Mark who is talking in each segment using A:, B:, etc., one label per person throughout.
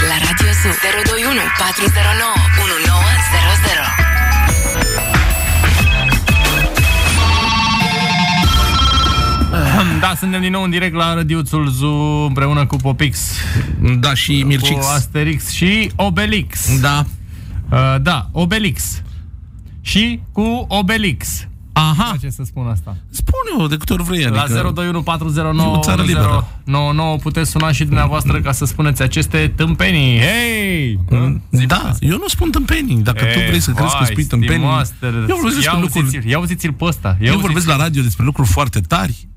A: Moisu 021 409 1900
B: Da, suntem din nou în direct la Rădiuțul Zoo împreună cu Popix,
C: Da, și
B: cu
C: Mircix.
B: Asterix și Obelix.
C: Da.
B: Uh, da, Obelix. Și cu Obelix.
C: Aha,
B: Ce să spun asta?
C: Adică spune-o de câte ori vrei,
B: La
C: adică...
B: 0214099
C: E o țară liberă.
B: 99 puteți suna și dumneavoastră ca să spuneți aceste tâmpenii. Hei!
C: Da, eu nu spun tâmpenii. Dacă tu
B: Ei,
C: vrei să crezi că
B: vai,
C: spui tâmpenii...
B: stimaster,
C: Eu vorbesc
B: ia
C: despre lucruri...
B: uziți-l, Ia uziți-l pe ăsta. Ia
C: Eu
B: uziți-l
C: vorbesc la radio despre lucruri foarte tari.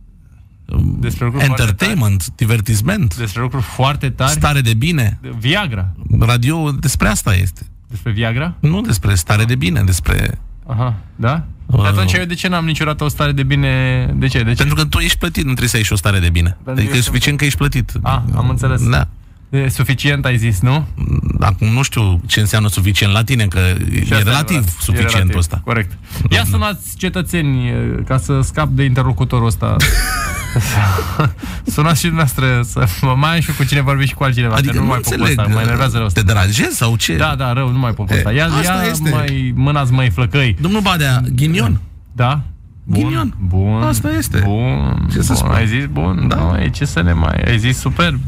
B: despre lucruri Foarte
C: Entertainment, divertisment,
B: tari, despre lucruri foarte tari.
C: stare de bine.
B: Viagra.
C: Radio despre asta este.
B: Despre Viagra?
C: Nu despre stare de bine, despre...
B: Aha, da?
C: Wow.
B: Dar atunci eu de ce n-am niciodată o stare de bine? De ce? De ce?
C: Pentru că tu ești plătit, nu trebuie să ai și o stare de bine.
B: că
C: Adică e
B: eu
C: suficient că ești plătit.
B: Ah, am înțeles.
C: Da.
B: E suficient ai zis, nu?
C: Acum nu știu ce înseamnă suficient la tine, că
B: Și
C: e
B: asta
C: relativ
B: adevărat. E
C: suficientul
B: relativ,
C: ăsta. Mhm.
B: Corect. Ia sunați cetățeni e, ca să scap de interlocutorul ăsta. sunați și dumneavoastră să mă mai am și eu cu cine vorbi și cu altcineva.
C: Adică
B: că
C: nu,
B: nu, mai pot cu
C: înțeleg.
B: ăsta, mă enervează rău
C: Te
B: ăsta.
C: deranjezi sau ce?
B: Da, da, rău, nu mai pot cu ăsta. Ia,
C: asta
B: ia
C: este.
B: mai mânați mai flăcăi.
C: Domnul Badea, ghinion.
B: Da? Bun,
C: Ghinion.
B: Bun.
C: Asta este.
B: Bun.
C: Ce să
B: bun.
C: spun?
B: Ai zis bun. Da. Nu, e ce să ne mai... Ai zis superb.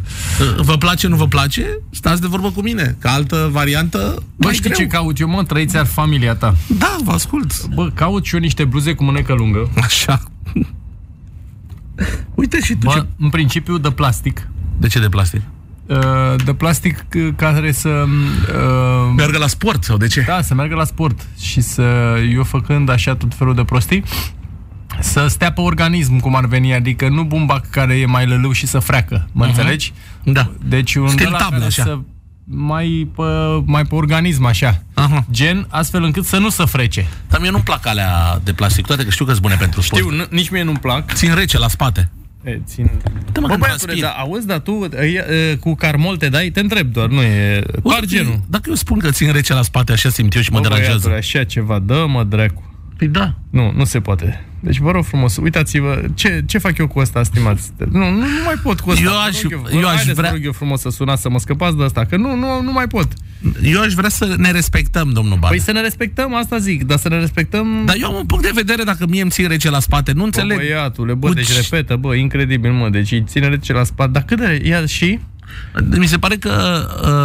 C: Vă place, nu vă place? Stați de vorbă cu mine. Ca altă variantă,
B: Bă,
C: mai
B: știi
C: greu.
B: ce caut eu, mă? Trăiți ar familia ta.
C: Da, vă ascult.
B: Bă, caut și eu niște bluze cu mânecă lungă.
C: Așa. Uite și tu
B: Bă,
C: ce...
B: Deci, în principiu de plastic.
C: De ce de plastic?
B: Uh, De plastic uh, care să... uh,
C: Meargă la sport sau de ce?
B: Da, să meargă la sport și să... Eu făcând așa tot felul de prostii, să stea pe organism, cum ar veni, adică nu bumbac care e mai lălău și să freacă, mă înțelegi?
C: Da.
B: Deci un
C: Stil
B: de la
C: tablă,
B: care
C: așa.
B: să mai pe, mai pe organism, așa.
C: Aha.
B: Gen, astfel încât să nu să frece.
C: Dar mie nu-mi plac alea de plastic, toate că știu că sunt bune pentru sport.
B: Știu, n- nici mie nu-mi plac.
C: Țin rece la spate.
B: E, țin...
C: Dă-mă
B: Bă,
C: când
B: băiatule,
C: transpir.
B: da, auzi, dar tu e, e, cu carmol te dai? Te întreb doar, nu e...
C: Uite,
B: Doar genul.
C: Dacă eu spun că țin rece la spate, așa simt eu și mă
B: Bă,
C: deranjează.
B: băiatule, așa ceva, dă-mă dracu.
C: Păi da.
B: Nu, nu se poate. Deci vă rog frumos, uitați-vă, ce, ce fac eu cu asta, stimați? Nu, nu, nu mai pot cu asta.
C: Eu
B: Vă
C: aș-
B: rog vă-
C: eu aș
B: haideți,
C: vrea-
B: Vă rog eu frumos să sunați să mă scăpați de asta, că nu, nu, nu mai pot.
C: Eu aș vrea să ne respectăm, domnul Badea.
B: Păi să ne respectăm, asta zic, dar să ne respectăm...
C: Dar eu am un punct de vedere dacă mie îmi țin rece la spate. Nu
B: Bă,
C: Da, înțeleg.
B: băiatule, bă,
C: Cu
B: deci
C: ce-
B: repetă, bă, incredibil, mă, deci îi ține rece la spate, dar cât de, ia și?
C: Mi se pare că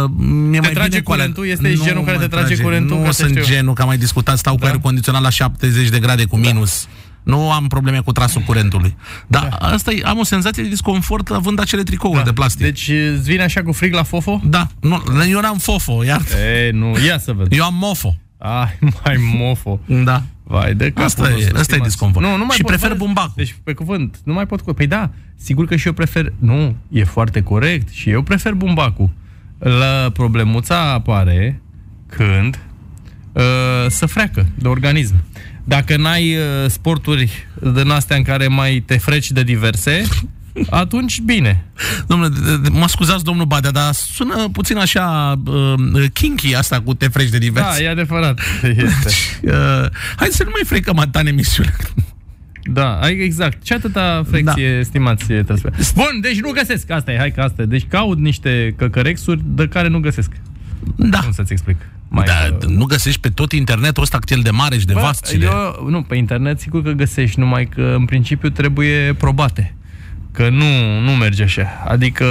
C: uh, mi-e mai
B: trage
C: bine cu
B: curentul? Este genul care
C: mă
B: te trage curentul, ca
C: Nu
B: să
C: sunt
B: știu. Da.
C: genul, că am mai discutat, stau cu aer condiționat la 70 de grade cu minus. Nu am probleme cu trasul
B: Da.
C: curentului. Dar da. asta e, am o senzație de disconfort având acele tricouri da. de plastic. Deci...
B: Deci îți vine așa cu frig la fofo?
C: Da, nu, eu n-am fofo, iar
B: E, nu, ia să văd.
C: Da. eu am mofo.
B: Ai, mai mofo.
C: Da.
B: Vai, de capul
C: Asta e-
B: nostru,
C: asta e
B: stimați.
C: disconfort.
B: Nu, nu mai
C: Și
B: pot,
C: prefer
B: bă,
C: bumbacul.
B: Deci, pe cuvânt, nu mai pot cu... Păi da, sigur că și eu prefer... Nu, e foarte corect și eu prefer bumbacul. La problemuța apare când uh, să freacă de organism. Dacă n-ai uh, sporturi din astea în care mai te freci de diverse, atunci bine.
C: Domnule, de- de- mă scuzați, domnul Badea, dar sună puțin așa uh, kinky asta cu te freci de divers.
B: Da, e adevărat. Este.
C: Uh, hai să nu mai frecăm atâta în emisiune.
B: Da, ai- exact. Ce atâta frecție, da. stimați, trebuie să- Bun, deci nu găsesc. Asta e, hai că asta e. Deci caut niște căcărexuri de care nu găsesc.
C: Da.
B: Cum să-ți explic? Mai,
C: da,
B: uh,
C: nu găsești pe tot internetul ăsta cel de mare și de
B: bă,
C: vast. și de-
B: eu, nu, pe internet sigur că găsești, numai că în principiu trebuie probate. Că nu, nu merge așa. Adică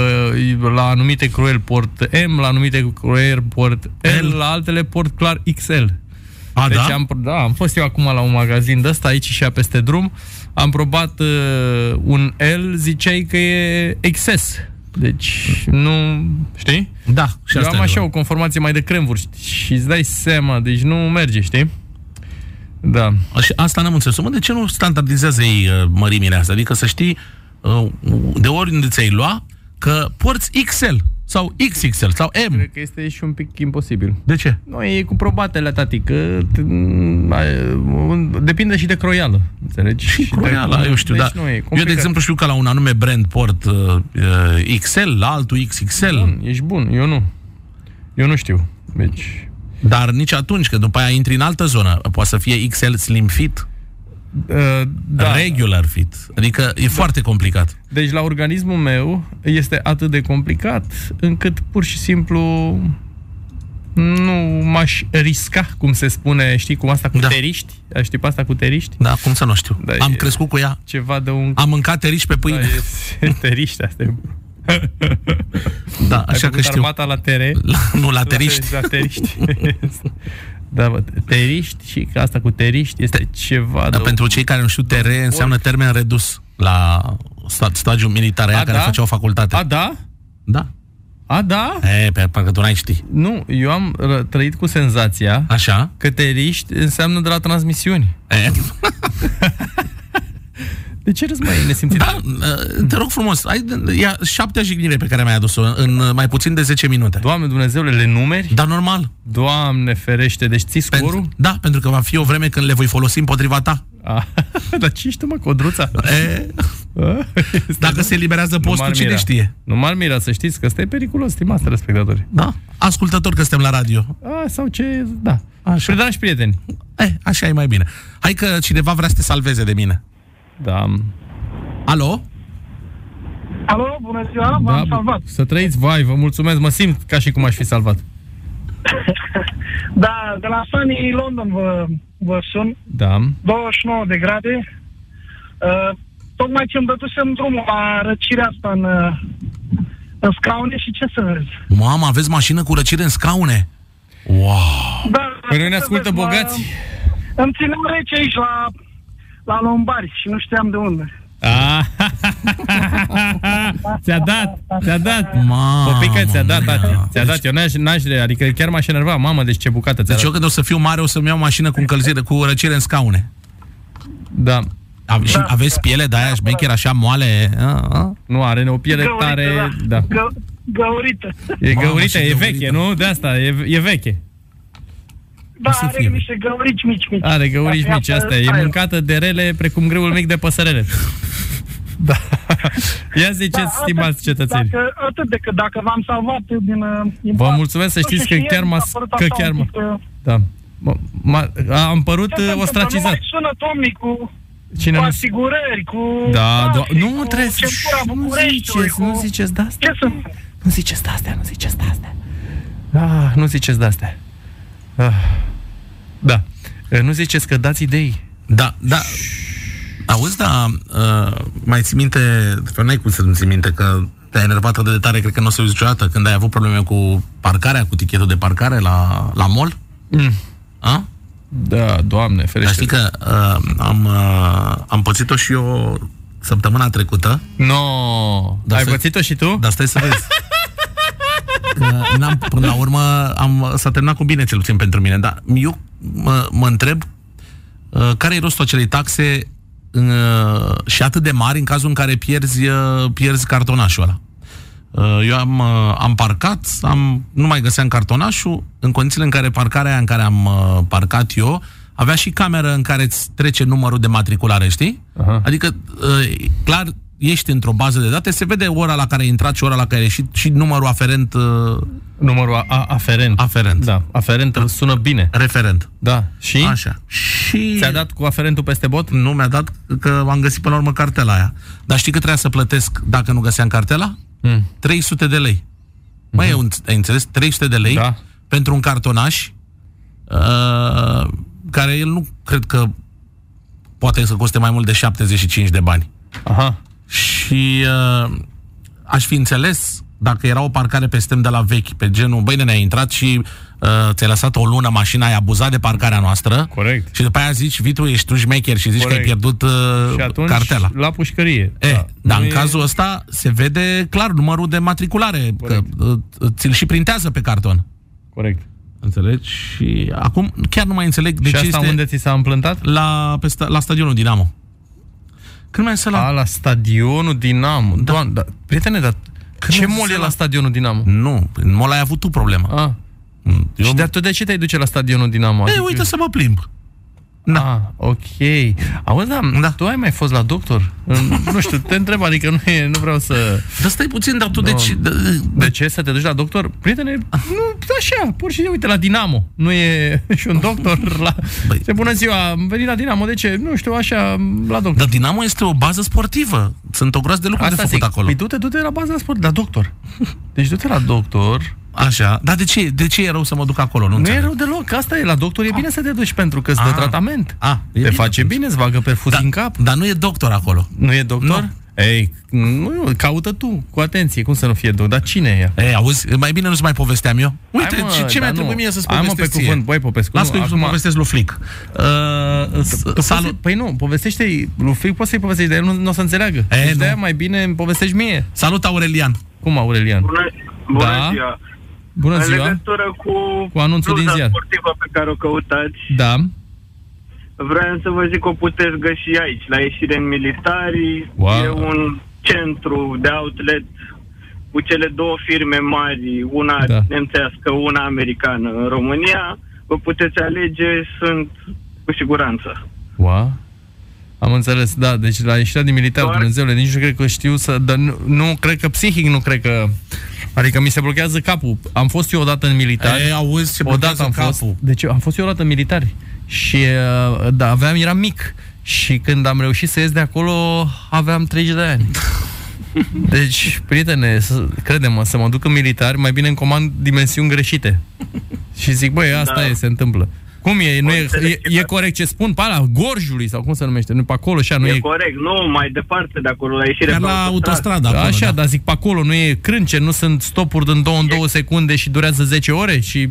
B: la anumite croieri port M, la anumite croieri port L,
C: L.
B: la altele port clar XL.
C: A,
B: Deci
C: da?
B: am, da, am fost eu acum la un magazin de ăsta, aici și a peste drum. Am probat uh, un L, ziceai că e exces. Deci, nu... Știi?
C: Da, și
B: Și eu
C: asta
B: am
C: e
B: așa
C: adevărat.
B: o conformație mai de cremvuri știi? și îți dai seama, deci nu merge, știi? Da.
C: Și asta n-am înțeles. Mă, de ce nu standardizează ei uh, mărimile astea? Adică să știi uh, de oriunde ți-ai lua că porți XL sau XXL sau M.
B: Cred că este și un pic imposibil.
C: De ce?
B: Nu, e cu probatele, tati, că t- m- ai- un- depinde și de croială, înțelegi?
C: Și croiala,
B: de,
C: eu știu,
B: deci
C: da.
B: Nu e
C: eu,
B: complicat.
C: de exemplu, știu că la un anume brand port uh, uh, XL, la altul XXL,
B: Bun, ești bun, eu nu. Eu nu știu. Deci,
C: dar nici atunci, că după aia intri în altă zonă. Poate să fie XL slim fit,
B: Uh, da.
C: regular fit. Adică e foarte complicat.
B: Deci la organismul meu este atât de complicat încât pur și simplu nu m-aș risca, cum se spune, știi, cum asta cu
C: Da.
B: da. teriști? Aș ști pe asta cu teriști?
C: Da, cum să nu știu.
B: Da,
C: Am
B: e-
C: crescut cu ea,
B: Ceva de un...
C: am mâncat terici pe pâine.
B: Da, e- teriști, asta e...
C: Da,
B: Ai
C: așa că
B: făcut
C: știu.
B: armata la tere.
C: La, nu, la teriști.
B: La exact, teriști. da, bă, teriști și asta cu teriști este ceva
C: Da,
B: de...
C: pentru cei care nu știu, tere
B: Da,
C: înseamnă termen redus la sta- stagiul militar, aia
B: A,
C: care
B: da?
C: făceau facultate.
B: A, da?
C: Da.
B: A, da?
C: E, pe, parcă tu n-ai ști.
B: Nu, eu am ră, trăit cu senzația
C: Așa.
B: că teriști înseamnă de la transmisiuni.
C: E.
B: De ce râzi mai nesimțit?
C: Da, te rog frumos, ai, ia șaptea jignire pe care mi-ai adus-o în mai puțin de 10 minute.
B: Doamne Dumnezeule, le numeri?
C: Dar normal.
B: Doamne ferește, deci ții scorul?
C: Pentru, da, pentru că va fi o vreme când le voi folosi împotriva ta.
B: A, dar ce ești tu, mă, codruța?
C: E,
B: A, este-
C: dacă se eliberează
B: Nu
C: postul,
B: m-ar
C: cine
B: mira.
C: știe?
B: Nu m-ar mira să știți că ăsta e periculos, stimați telespectatori.
C: Da? Ascultător că suntem la radio.
B: A, sau ce, da.
C: Așa.
B: Așa. Dragi prieteni.
C: E, așa e mai bine. Hai că cineva vrea să te salveze de mine.
B: Da,
C: Alo?
D: Alo, bună ziua,
B: da
D: v-am salvat.
B: Să trăiți, vai, vă mulțumesc, mă simt ca și cum aș fi salvat.
D: Da, de la Sunny London vă, vă sun,
B: Da,
D: 29 de grade. Uh, tocmai ce îmi dădusem drumul la răcirea asta în, uh, în scaune și ce să vezi.
C: Mama, aveți mașină cu răcire în scaune? Wow!
D: Da,
B: Păi noi
D: ce
B: ne
D: să
B: ascultă
D: vezi, mă-
B: bogați.
D: Îmi țineam rece aici la, la Lombari și nu știam de unde.
B: Ah, ți-a dat, ți-a dat.
C: Ah, Mamă
B: Popică, ți-a dat,
C: mea.
B: tati, ți-a dat. Eu n-aș, n-aș re- adică chiar m-aș enerva. Mamă, deci ce bucată ți-a
C: Deci eu
B: dat.
C: când o să fiu mare o să-mi iau mașină cu încălzire, cu răcire în scaune.
B: Da,
C: A, și aveți piele de aia șmecher așa moale? Ah, A, a?
B: nu are o piele
D: Găurită,
B: tare, da.
D: Gă, găurită.
B: E
C: Mamă,
B: găurită,
C: ce
B: e
C: găurită.
B: veche, nu? De asta, e, e veche.
D: Da,
C: să
D: are
C: fie.
D: niște găurici mici, mici.
B: Are găurici mici, asta e. E mâncată de rele precum greul mic de păsărele. Da. Ia ziceți,
D: Da, atât-
B: stimați cetățeni.
D: deci, Dacă, atât decât dacă v-am salvat din... uh,
B: Vă
D: impact.
B: mulțumesc să știți
D: Și
B: că
D: ieri
B: chiar
D: mi
B: m-a...
D: s-a părut
B: Că
D: așa
B: chiar
D: un
B: m-a...
D: pic, uh,
B: Da. M- m-a- am părut
D: ce se
B: uh,
D: întâmplă? Nu
B: ostracizat.
D: mai sună, domnii, cu,
B: Cine
D: cu
B: nu...
D: asigurări, cu...
B: Da, do-
D: taxi,
B: nu
D: cu
B: trebuie să...
D: centura
B: Nu
D: Bucureștiului,
B: ziceți,
D: cu...
B: nu ziceți de asta.
D: Ce sunt?
B: Nu ziceți de astea, nu ziceți de astea. Ah, nu ziceți de astea. Ah. Da. Eh, Nu ziceți că dați idei.
C: Da, da. Auzi, da, uh, mai ții minte, că n-ai cum să nu ții minte, că te-ai enervat atât de tare, cred că nu o să uiți niciodată, când ai avut probleme cu parcarea, cu tichetul de parcare la, la mall?
B: Mm.
C: A?
B: Da, doamne,
C: Dar
B: ferește.
C: știi că uh, am, uh, am pățit-o și eu săptămâna trecută,
B: No,
C: Da,
B: ai
C: să-
B: pățit-o și tu?
C: Dar stai să vezi. Că N-am, până la urmă am, s-a terminat cu bine, cel puțin pentru mine, dar eu mă, mă întreb uh, care e rostul acelei taxe uh, și atât de mari în cazul în care pierzi, uh, pierzi cartonașul ăla. Uh, Eu am, uh, am parcat, am, nu mai găseam cartonașul, în condițiile în care parcarea aia în care am uh, parcat eu avea și cameră în care îți trece numărul de matriculare, știi?
B: Aha.
C: Adică, uh, clar, ești într-o bază de date, se vede ora la care ai intrat și ora la care ai ieșit și numărul aferent, uh,
B: Numărul a- a- aferent.
C: aferent
B: Da, aferent sună bine.
C: referent.
B: Da, și
C: Așa. Și...
B: ți-a dat cu aferentul peste bot?
C: Nu mi-a dat că am găsit până la urmă cartela aia. Dar știi cât trebuia să plătesc dacă nu găseam cartela?
B: Mm.
C: 300 de lei. Mai eu ai înțeles? 300 de lei
B: Da.
C: pentru un cartonaș uh, care el nu cred că poate să coste mai mult de 75 de bani.
B: Aha.
C: Și uh, aș fi înțeles dacă era o parcare pe stem de la vechi, pe genul, băi, ne-ai intrat și uh, ți-ai lăsat o lună mașina, ai abuzat de parcarea noastră.
B: Corect.
C: Și după aia zici, Vitru, ești tu șmecher și zici
B: Corect.
C: că ai pierdut uh,
B: Și atunci
C: cartela.
B: la pușcărie.
C: E, da, dar
B: Nu
C: în
B: e-
C: cazul ăsta se vede clar numărul de matriculare, că
B: Corect.
C: uh, ți-l și printează pe carton.
B: Corect.
C: Înțelegi? Și acum chiar nu mai înțeleg de
B: și
C: ce
B: asta
C: Deci este
B: unde ți s-a împlântat?
C: la, pe sta, la stadionul Dinamo. Când mai este la...
B: A, la stadionul Dinamo. Da. Doamne, da. prietene, dar ce
C: ai zis
B: mol e
C: la-
B: la stadionul Dinamo? Ah.
C: Nu, în mall ai avut tu problema.
B: A.
C: Eu...
B: Și de tu de ce te-ai duce la stadionul Dinamo?
C: E, uite să mă plimb.
B: Da. Ah, ok. Auzi, da,
C: Da.
B: da, tu ai mai fost la doctor? nu știu, te întreb, adică nu, e, nu vreau să...
C: Dar stai puțin, dar tu de ce... de-
B: De
C: de-
B: ce să te duci la doctor? Prietene, nu, așa, pur și simplu, uite, la Dinamo. Nu e și un doctor la...
C: Băi.
B: Băi. Se bună ziua, am venit la Dinamo, de ce? Nu știu, așa, la doctor.
C: Dar Dinamo este o bază sportivă. Sunt o groază de lucruri de făcut
B: zic.
C: acolo.
B: Păi du-te, du-te la baza sport, la doctor. Deci du-te la doctor,
C: Așa. Dar de ce, de ce e rău să mă duc acolo? Nu,
B: Nu e
C: înțeleg.
B: rău deloc, asta e, la doctor e bine să te duci pentru că îți dă
C: Ah.
B: tratament.
C: Ah, e
B: te
C: bine
B: face
C: atunci.
B: bine, îți bagă perfuz
C: Da,
B: în cap.
C: Dar nu e doctor acolo.
B: Nu e doctor?
C: Nu.
B: Ei, nu, caută tu, cu atenție, cum să nu fie doctor, dar cine e ea?
C: Ei, auzi, mai bine nu-ți mai povesteam eu. Uite,
B: mă,
C: ce, ce
B: dar
C: mi-a
B: nu.
C: trebuit mie să-ți
B: Hai, mă,
C: povestesc
B: pe
C: ție.
B: cuvânt, băi, Popescu,
C: Las
B: nu,
C: că eu să
B: acum-
C: povestesc lui Flic. Uh, s- salut.
B: Salut. Păi nu, povestește-i, lui Fric poți să-i povestești, dar el nu, nu o să înțeleagă.
C: E,
B: deci
C: nu.
B: de mai bine îmi povestești mie.
C: salut, Aurelian.
B: Cum, Aurelian?
D: Bună, bună
B: Da.
D: ziua.
B: Bună
D: În
B: ziua!
D: legătură cu,
B: Cu anunțul din
D: bluza
B: ziar.
D: sportivă pe care o căutați,
B: Da,
D: vreau să vă zic că o puteți găsi aici, la ieșire în militari.
B: Wow.
D: E un centru de outlet cu cele două firme mari, una
B: Da.
D: da. nemțească, una americană în România. Vă puteți alege, sunt cu siguranță.
B: wow. Am înțeles, da, deci la ieșirea din militar,
D: Doar-
B: Dumnezeule, nici nu cred că știu să... Dar nu, nu, cred că psihic nu cred că... Adică mi se blochează capul. Am fost eu odată în militar.
C: Ei, auzi, ce
B: Da. odată am
C: blochează
B: fost. Deci eu am fost eu odată în militari. Și uh, da, aveam, eram mic. Și când am reușit să ies de acolo, aveam 30 de ani. Deci, prietene, să- crede-mă, să mă duc în militar, mai bine în comand dimensiuni greșite. Și zic, băi, asta da.
D: Da.
B: e, se întâmplă. Cum e? Nu e,
D: înțeleg,
B: e, e corect ce spun? Pe ala, gorjului sau cum se numește? Nu, pe acolo și nu
D: E,
B: e...
D: e corect, da, nu mai departe de acolo, la ieșire
C: Chiar
D: pe
C: la
D: autostradă.
C: autostradă acolo,
B: Așa,
C: da.
B: dar zic, pe acolo nu e crânce, nu sunt stopuri din două în două secunde și durează 10 ore și...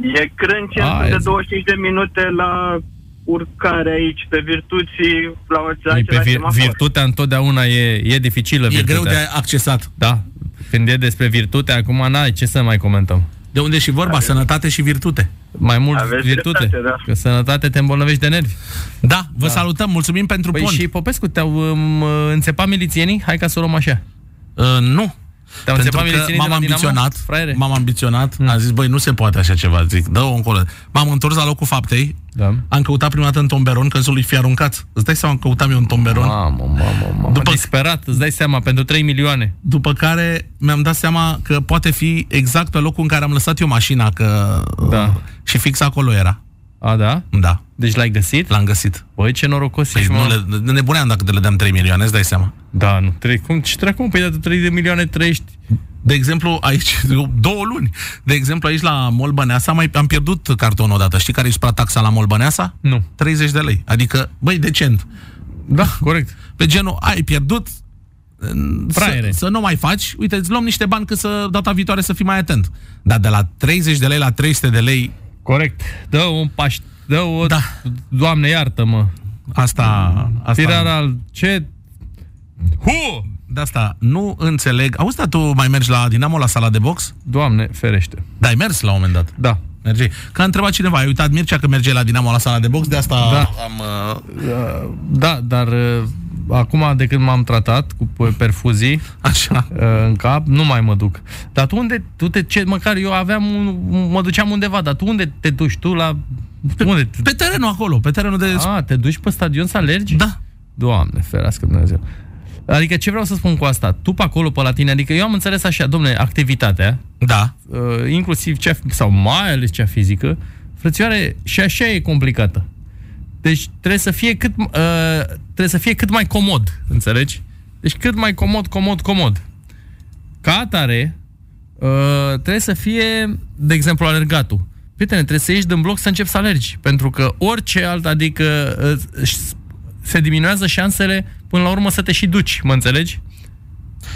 D: E crânce
B: A,
D: de
B: e-
D: 25 de minute la urcare aici, pe virtuții, la, la
B: Ei, Păi Pe
D: același
B: vir-
D: semafor.
B: virtutea întotdeauna e, e dificilă.
C: E
B: virtutea.
C: greu de accesat.
B: Da. Când e despre virtute, acum n-ai ce să mai comentăm.
C: De unde și vorba, sănătate și virtute.
B: Mai mult
D: Aveți
B: virtute.
D: dreptate, da.
B: Că sănătate te îmbolnăvești de nervi.
C: Da, vă salutăm, mulțumim pentru
B: Păi
C: pont.
B: și Popescu, te-au um, înțepat milițienii? Hai ca să o luăm așa.
C: Uh, nu.
B: Te-au
C: Pentru
B: înțepat
C: că
B: milițienii
C: m-am
B: de la Dinamo,
C: ambiționat,
B: fraiere? Da.
C: m-am ambiționat, am zis, băi, nu se poate așa ceva, zic, dă-o încolo. M-am întors la locul faptei,
B: Da.
C: am căutat prima dată în tomberon, că să-l fi aruncat. Îți dai seama, că căutam eu un tomberon.
B: Mamă, mamă, mamă. După...
C: După-
B: Disperat, îți dai seama, pentru 3 milioane.
C: După care mi-am dat seama că poate fi exact pe locul în care am lăsat eu mașina, că...
B: Da.
C: Și fix acolo era.
B: A, da?
C: Da,
B: Deci l-ai găsit?
C: l-am găsit.
B: Băi, ce norocos
C: Păi
B: ești, mă.
C: nu le, ne nebuneam dacă te le dăm 3 milioane, îți dai seama.
B: Da, nu. Trei, cum, ce dracu, mă? Păi de 3 de milioane trăiești.
C: De exemplu, aici, două luni, de exemplu, aici la Mall Băneasa mai, am pierdut cartonul odată. Știi care e suprataxa la Mall Băneasa?
B: Nu.
C: 30 de lei. Adică, băi, decent.
B: Da, corect.
C: Pe genul, ai pierdut, în-
B: Fraiere.
C: să, să nu mai faci, uite, îți luăm niște bani că să, data viitoare să fii mai atent. Dar de la 30 de lei la 300 de lei,
B: Corect. Dă un paș... Dă o...
C: Da.
B: Doamne, iartă-mă.
C: asta... asta
B: Tirarea al... Ce? Hu!
C: de asta nu înțeleg. Auzi, dar tu mai mergi la Dinamo, la sala de box?
B: Doamne, ferește.
C: Da, ai mers la un moment dat.
B: Da.
C: Mergei. Că a întrebat cineva, ai uitat Mircea că merge la Dinamo la sala de box, de asta
B: Da.
C: da. am... Uh,
B: Da, dar uh, acum de când m-am tratat cu pe- perfuzii uh,
C: așa.
B: în cap, nu mai mă duc. Dar tu unde, tu te, ce, măcar eu aveam, un, mă duceam undeva, dar tu unde te duci? Tu la, unde?
C: Pe terenul acolo, pe terenul de...
B: A, te duci pe stadion să alergi?
C: Da.
B: Doamne, ferească Dumnezeu. Adică ce vreau să spun cu asta? Tu pe acolo, pe la tine, adică eu am înțeles așa, domne, activitatea,
C: Da.
B: uh, inclusiv cea, sau mai ales cea fizică, frățioare, și așa e complicată. Deci trebuie să fie cât, uh, trebuie să fie cât mai comod, înțelegi? Deci cât mai comod, comod, comod. Ca atare, uh, trebuie să fie, de exemplu, alergatul. Prietene, trebuie să ieși din bloc să începi să alergi, pentru că orice alt, adică uh, își- se diminuează șansele până la urmă să te și duci, mă înțelegi?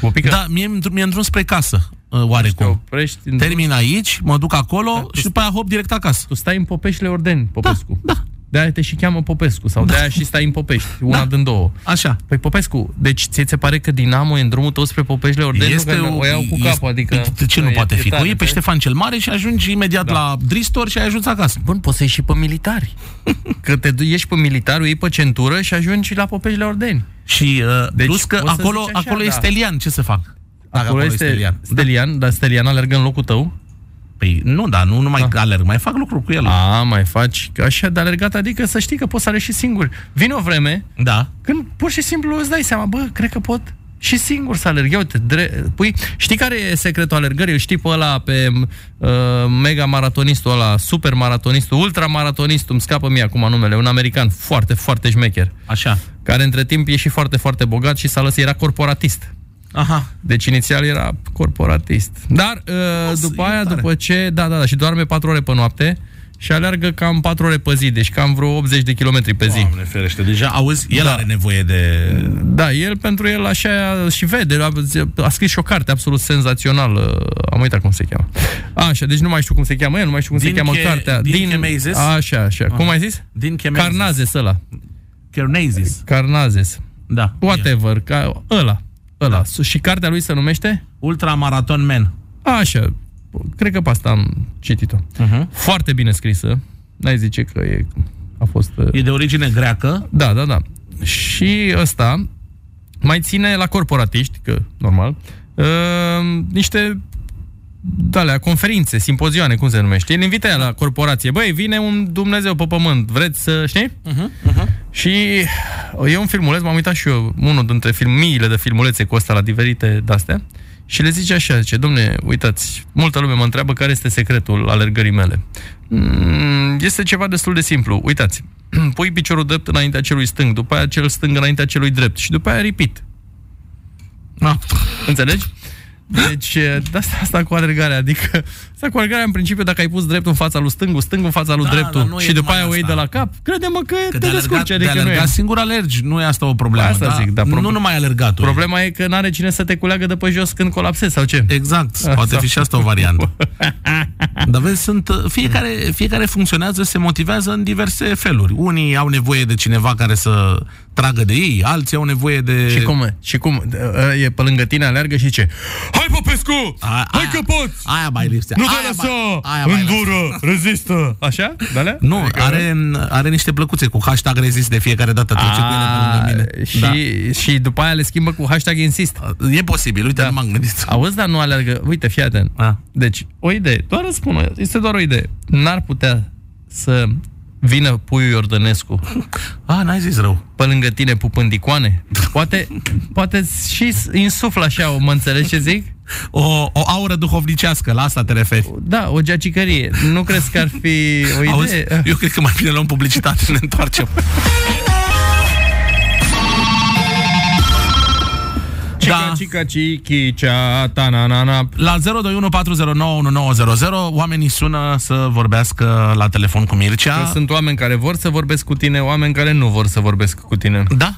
B: O pică,
C: Da, mie mi-e mi-e într-un spre casă, uh,
B: te
C: oarecum.
B: oprești, în-
C: Termin aici, mă duc acolo
B: Da,
C: și după aia hop direct acasă.
B: Tu stai în Popești le ordeni, Popescu.
C: da.
B: De-aia te și cheamă Popescu sau de-aia și stai în Popești, una
C: Da.
B: din două.
C: Așa.
B: Păi Popescu, deci ți se pare că Dinamo e în drumul tău spre Popești le ordeni? Este Deci nu, că o iau cu
C: este- păi,
B: capul, adică...
C: De ce nu
B: e
C: poate fi?
B: tare,
C: Tu iei pe
B: înțelegi?
C: Ștefan cel Mare și ajungi imediat da. la Dristor și ai ajuns acasă.
B: Bun, poți să ieși și pe militari. Că te duci, ieși pe militarul, iei pe centură și ajungi la Popești le ordeni.
C: Și uh, deci,
B: Deci,
C: plus că
B: poți să
C: acolo,
B: zici așa,
C: acolo da.
B: da.
C: este Elian, ce să fac? Dacă
B: Acolo este
C: Da.
B: Stelian, Stelian dar Stelian alergă în locul tău?
C: Păi nu, da, nu, nu mai
B: Da.
C: alerg, mai fac lucru cu el.
B: A, mai faci așa de alergat, adică să știi că poți să alergi și singur. Vine o vreme
C: Da.
B: Când pur și simplu îți dai seama, bă, cred că pot și singur să alerg. Eu te dre- pui, știi care e secretul alergării? Îl Știi pe ăla, pe uh, mega maratonistul ăla, super maratonistul, ultra maratonistul, îmi scapă mie acum numele, un american foarte, foarte șmecher,
C: Așa.
B: care între timp e și foarte, foarte bogat și s-a lăsat, era corporatist.
C: Aha.
B: Deci inițial era corporatist. Dar uh, după
C: e
B: aia,
C: tare.
B: după ce, da, da, da, și doarme 4 ore pe noapte și aleargă cam 4 ore pe zi, deci cam vreo 80 de kilometri pe zi.
C: Doamne ferește, deja auzi, el da. are nevoie de...
B: Da, el pentru el așa și vede, a, a scris și o carte absolut senzațională, am uitat cum se cheamă. Așa, deci nu mai știu cum se cheamă el, nu mai știu cum
C: Din
B: se cheamă
C: Che-
B: cartea.
C: din Chemezes?
B: Așa, așa. Cum ai zis?
C: Din Chemezes.
B: Carnazes ăla.
C: Chernazis.
B: Carnazes.
C: Da. E.
B: Whatever, ca, ăla. ăla.
C: Da.
B: Și cartea lui se numește?
C: Ultramaraton Man.
B: Așa, cred că pe asta am citit-o.
C: Uh-huh.
B: Foarte bine scrisă. N-ai zice că e, a fost... uh,
C: E de origine greacă.
B: Da, da, da. Și ăsta mai ține la corporatiști, că normal, uh, niște alea, conferințe, simpozioane, cum se numește. El invită aia la corporație. Băi, vine un Dumnezeu pe pământ, vreți să știi? Uh-huh, uh-huh. Și uh, e un filmuleț, m-am uitat și eu, unul dintre film, miile de filmulețe cu ăsta la diferite de-astea. Și le zice așa, zice, domne, uitați, multă lume mă întreabă care este secretul alergării mele. Mm, Este ceva destul de simplu. Uitați, pui piciorul drept înaintea celui stâng, după aia cel stâng înaintea celui drept și după aia repeat.
C: Ah.
B: Înțelegi? Deci, de asta, asta cu alergarea, adică asta cu alergarea în principiu, dacă ai pus dreptul în fața lui stângul, stângul în fața lui
C: Da,
B: dreptul
C: dar nu
B: și
C: e
B: după
C: numai
B: aia o iei de
C: asta.
B: la cap, crede-mă că,
C: Că
B: te
C: de alergat,
B: descurci,
C: de
B: adică nu e.
C: alergat singur alergi, nu e asta o problemă.
B: Asta
C: da?
B: zic, da,
C: Nu
B: problem-
C: numai alergatul.
B: Problema e că n-are cine să te culeagă de pe jos când colapsezi sau ce?
C: Exact, asta. poate fi și asta o variantă. Dar vezi, sunt, uh, fiecare, fiecare funcționează, se motivează în diverse feluri. Unii au nevoie de cineva care să tragă de ei, alții au nevoie de...
B: Și cum, și cum, Ă, e pe lângă tine, aleargă și ce? Hai Popescu!
C: A-
B: Hai că poți!
C: Aia mai lipsea.
B: Nu te
C: aia mai-
B: lăsa!
C: aia mai
B: Îndură! Rezistă! Așa? Dale?
C: Nu, are, are niște plăcuțe cu hashtag rezist de fiecare dată. Trece cu ele pe lângă mine.
B: și, da. și după aia le schimbă cu hashtag insist.
C: Da. E posibil, uite, da. nu m-am gândit.
B: Auzi, dar nu alergă. Uite, fii atent.
C: A.
B: Deci, o idee. Doar îți spun, este doar o idee. N-ar putea să vină puiul Iordănescu
C: A, n-ai zis rău.
B: pe lângă tine pupând icoane? Poate, poate și insuflă așa, o- mă înțelegi ce zic?
C: O, o aură duhovnicească, la asta te referi.
B: Da, o geacicărie. Nu crezi că ar fi o idee?
C: Auzi, eu cred că mai bine luăm publicitate, ne întoarcem.
B: Cica, cica, cichi, cea, ta, na, na, na.
C: Da, La 021409900 oamenii sună să vorbească la telefon cu
B: Că
C: Mircea.
B: Sunt oameni care vor să vorbesc cu tine, oameni care nu vor să vorbesc cu tine.
C: Da?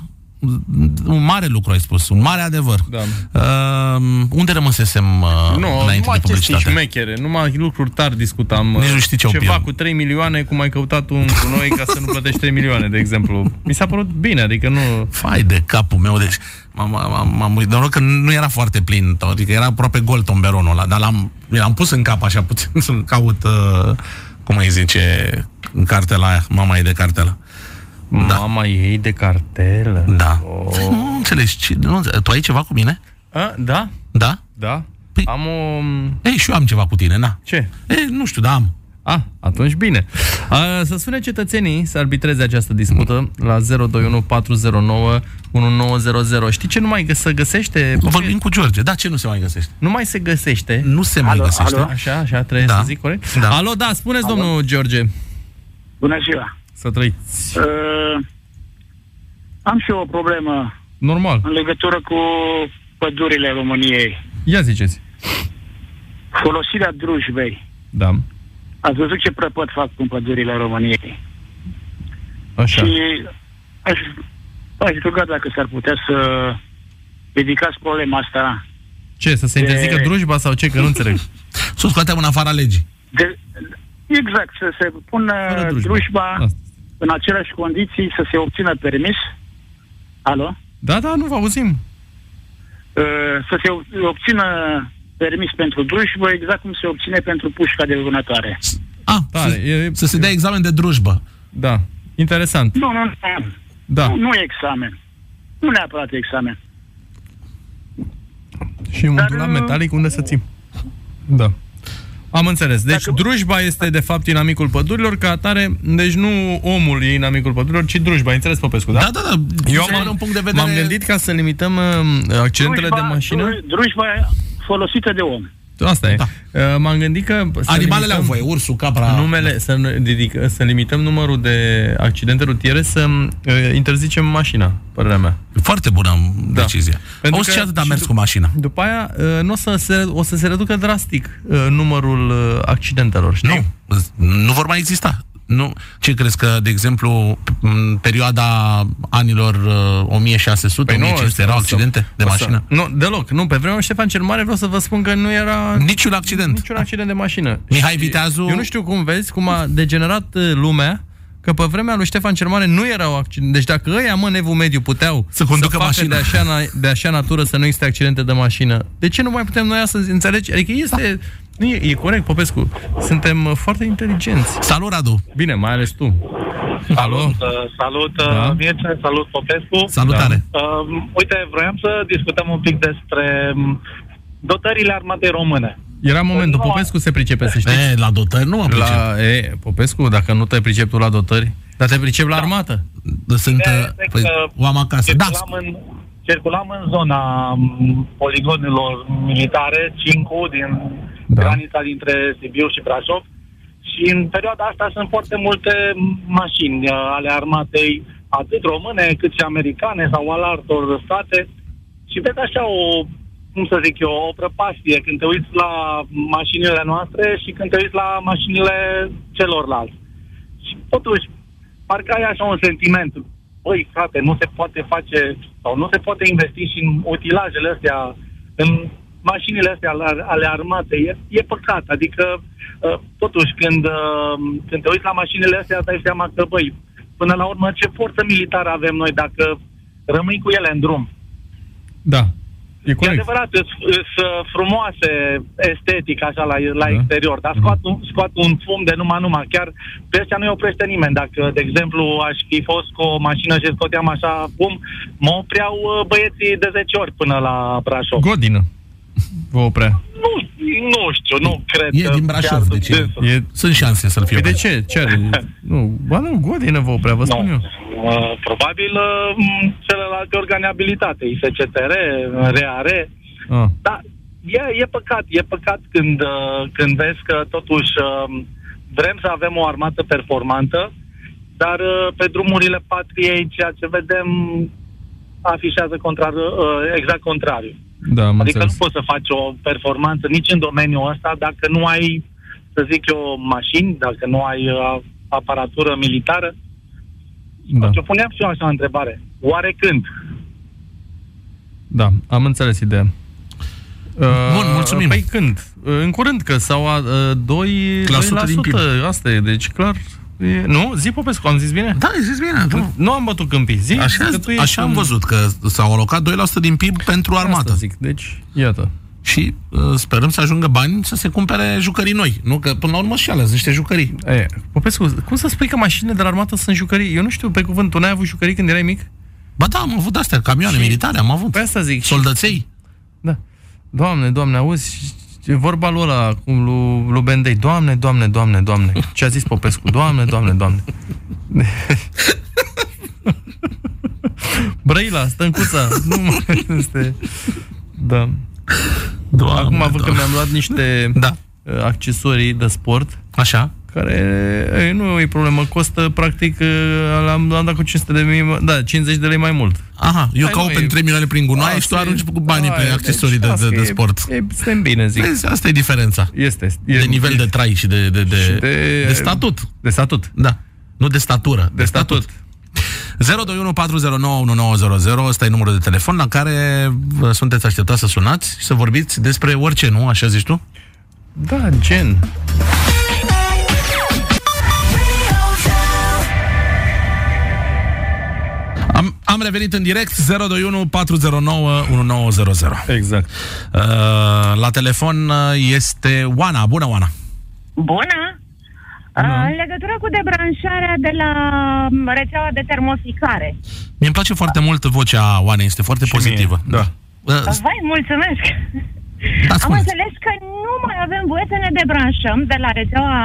C: Un mare lucru ai spus, un mare adevăr.
B: Da.
C: Uh, unde rămăsesem uh,
B: Nu,
C: înainte de
B: numai chestii
C: publicitate?
B: șmechere, numai lucruri tari discutam.
C: Nici nu știi ce opinie
B: Ceva
C: am.
B: cu 3 milioane, cum ai căutat un cu noi ca să nu plătești 3 milioane, de exemplu. Mi s-a părut bine, adică nu...
C: Fai de capul meu, deci m-am, m-am, m-am uit- noroc că nu era foarte plin, adică era aproape gol tomberonul ăla, dar l-am, mi l-am pus în cap așa puțin să-l caut, uh, cum îi zice, în cartela aia, mama e de cartela.
B: Da. Mama ei de cartelă.
C: Da. Oh. Nu înțelegi, ce- nu, înțe- tu ai ceva cu mine?
B: A, da?
C: Da?
B: Da?
C: Păi-
B: Am o...
C: Ei, și eu am ceva cu tine, na.
B: Ce?
C: Ei, nu știu, da, am.
B: A, atunci bine. A, să sune cetățenii să arbitreze această dispută la 021-409-1900. Știi ce nu mai gă- se găsește?
C: Vorbim cu George, da, ce nu se mai găsește?
B: Nu mai se găsește.
C: Nu se mai
D: Alo,
C: găsește.
D: alo?
B: Așa, așa, trebuie
C: Da.
B: să zic corect.
C: Da.
B: Alo, da, spuneți, domnul George.
D: Bună ziua.
B: Să trăiți.
D: Uh, am și eu o problemă
B: Normal.
D: în legătură cu pădurile României.
B: Ia ziceți.
D: Folosirea drujbei.
B: Da.
D: Ați văzut ce prăpăt fac cu pădurile României.
B: Așa.
D: Și aș, aș ruga dacă s-ar putea să ridicați problema asta
B: Ce, să se interzică
D: E-
B: drujba sau ce? Că nu înțeleg.
C: Să o scoatem în afara legii.
D: De, exact, să se pună
B: Fără drujba.
D: drujba, drujba
B: Asta.
D: în aceleași condiții, să se obțină permis. Alo?
B: Da, da, nu vă auzim.
D: Uh, Să se ob- obțină permis pentru drujbă, exact cum se obține pentru pușca de vânătoare.
C: A,
B: Tare,
C: să,
B: e-
C: Ah, să se dea examen de drujbă.
B: Da. Interesant.
D: Nu, nu, nu.
B: Da.
D: Nu, nu e examen. Nu neapărat e examen.
B: Și un dulap
D: uh,
B: metalic unde să țin. Da. Am înțeles. Deci
D: Dacă-
B: drujba este de fapt inamicul pădurilor, ca atare, deci nu omul e inamicul pădurilor, ci drujba. Ai înțeles, Popescu, da?
C: Da, da, da.
B: Eu
C: Să
B: am,
C: avem un punct de vedere.
B: m-am gândit ca să limităm uh, accidentele de mașină.
D: dru- drujba folosită de om.
B: Asta e.
C: Da.
B: Uh, M-am gândit că... să
C: Animalele
B: limităm-
C: au voie, ursul, capra.
B: numele, să, ne ridic, să limităm numărul de accidente rutiere, să uh, interzicem mașina, părerea mea.
C: Foarte bună da. decizie.
B: Pentru
C: Auzi
B: că-
C: ce atât a
B: și
C: mers
B: tu-
C: cu mașina.
B: După aia, uh, n-o să se, o să se reducă drastic uh, numărul uh, accidentelor, știi?
C: Nu, nu vor mai exista. Nu. Ce crezi că, de exemplu, în perioada anilor uh, 1600, 1500 erau
B: o să-
C: accidente de
B: o Păi să-
C: mașină?
B: Nu, deloc. Nu, pe vremea lui Ștefan cel Mare vreau să vă spun că nu era
C: Niciun accident.
B: niciun accident de mașină.
C: Mihai
B: Și
C: Viteazu-
B: Eu nu știu cum vezi, cum a degenerat uh, lumea, că pe vremea lui Ștefan cel Mare nu erau accidente. Deci dacă ăia, mă, nevul mediu puteau
C: Să conducă
B: facă
C: mașina.
B: De așa, na- de așa natură să nu existe accidente de mașină, de ce nu mai putem noi astăzi înțelege? Adică este...
C: Da.
B: Nu, e, e corect, Popescu. Suntem uh, foarte inteligenți.
C: Salut, Radu!
B: Bine, mai ales tu. Alo?
E: Uh, Salut,
B: Da.
E: da. Mircea, salut, Popescu.
C: Salutare!
E: Uh, uite, vroiam să discutăm un pic despre um, dotările armatei române.
B: Era momentul.
E: Nu.
B: Popescu se pricepe, să știi.
C: Da. E, la dotări nu mă la...
B: La, e, Popescu, dacă nu te pricep tu la dotări, dar te pricep la armată.
C: Da. Sunt
E: E,
C: uh,
E: Da, cred
C: păi,
E: că
C: oameni acasă. Da,
E: Circulam, în, circulam în zona um, poligonelor militare, 5 din
B: Da.
E: da. granița dintre Sibiu și Brașov și în perioada asta sunt foarte multe mașini uh, ale armatei, atât române cât și americane sau al altor state și vezi așa o, cum să zic eu, o prăpastie când te uiți la mașinile noastre și când te uiți la mașinile celorlalți. Și totuși, parcă ai așa un sentiment. Băi, frate, nu se poate face sau nu se poate investi și în utilajele astea, în mașinile astea ale, ale armatei. E, e păcat. Adică, uh, totuși, când, uh, când te uiți la mașinile astea, îți dai seama că, băi, până la urmă, ce forță militară avem noi dacă rămâi cu ele în drum?
B: Da. E
E: E
B: corect.
E: adevărat, sunt frumoase estetic așa la, la
B: Da.
E: da. exterior, dar scoat un, scoat un fum de numai numai. Chiar pe ăștia nu-i oprește nimeni. Dacă, de exemplu, aș fi fost cu o mașină și scoteam așa fum, mă opreau uh, băieții de 10 ori până la Brașov.
B: Godină. Vă oprea.
E: Nu, nu știu, nu cred
C: E
E: că
C: din Brașov,
E: chiar
C: deci e-
E: dânsul.
B: E...
C: sunt șanse să-l fie.
B: Păi de
C: bun.
B: ce? Ce are? Nu, ba nu, Godină vă oprea, vă spun
E: Nu.
B: eu.
E: Uh, Probabil uh, m, celelalte organe abilitate, ISCTR, RAR,
B: Ah.
E: Da, e, e păcat, e păcat când, uh, când vezi că totuși uh, vrem să avem o armată performantă, dar uh, pe drumurile patriei ceea ce vedem afișează contrar, uh, exact contrariu.
B: Da, am
E: Adică nu
B: înțeles.
E: poți să faci o performanță nici în domeniul ăsta dacă nu ai, să zic eu, mașini, dacă nu ai uh, aparatură militară.
B: Da,
E: Da. puneam și eu așa o întrebare. Oare când?
B: da, am înțeles ideea.
C: Bun, mulțumim.
B: Păi când? În curând, că sau a, eh, a, 2,
C: La 100 din
B: 2%. Asta e, deci clar. E, nu? Zi, Popescu, am zis bine?
C: Da, ai zis bine. Nu.
B: Nu am bătut câmpii. Zi,
C: Așa,
B: că tu ești
C: așa am
B: un-
C: văzut că s-au alocat 2% din PIB pentru armată.
B: Asta zic, deci, iată.
C: Și uh, sperăm să ajungă bani să se cumpere jucării noi. Nu că până la urmă și alea sunt niște jucării.
B: E, Popescu, cum să spui că mașinile de la armată sunt jucării? Eu nu știu, pe cuvânt, tu n-ai avut jucării când erai mic?
C: Ba da, am avut astea, camioane
B: Și- Păi-
C: militare, am avut.
B: Pe asta zic. Și,
C: Soldăței.
B: da. Doamne, doamne, auzi, e vorba lui ăla, cum lui, lui Bendei. Doamne, doamne, doamne, doamne. Ce a zis Popescu? Doamne, doamne, doamne. Brăila, stâncuța. Nu mai este... Da.
C: Doamne,
B: Acum, având că
C: doamne.
B: mi-am luat niște
C: Da,
B: uh, accesorii de sport,
C: așa.
B: care e, nu e problemă, costă practic e, l-am, l-am dat cu 500 de mii, da, 50 de lei mai mult.
C: Aha, eu
B: Hai,
C: caut
B: nu,
C: pe
B: e-
C: 3 milioane prin gunoaie și tu
B: Asta e-
C: arunci cu banii
B: da,
C: pe
B: e,
C: accesorii de,
B: deci,
C: de,
B: asta
C: de
B: e-
C: sport.
B: E, suntem bine, zic.
C: Vezi, asta e diferența.
B: Este. e-
C: De nivel de trai și de, de, de,
B: de-
C: de statut.
B: de statut.
C: Da. Nu de statură.
B: De statut.
C: 021409900, ăsta e numărul de telefon la care vă sunteți așteptați să sunați și să vorbiți despre orice, nu? Așa zici tu?
B: Da, gen.
C: Am, am revenit în direct 021 409 1900.
B: Exact.
C: Uh, la telefon uh, este Oana. Bună, Oana!
F: Bună! Uh, În legătură cu debranșarea de la um, rețeaua de termoficare.
C: mi îmi place foarte mult vocea Oanei, este foarte
B: Da. Și
C: pozitivă.
B: mie, da.
C: Uh,
F: Vai, mulțumesc!
C: da,
F: Am
C: spuneți.
F: înțeles că nu mai avem voie să ne debranșăm de la rețeaua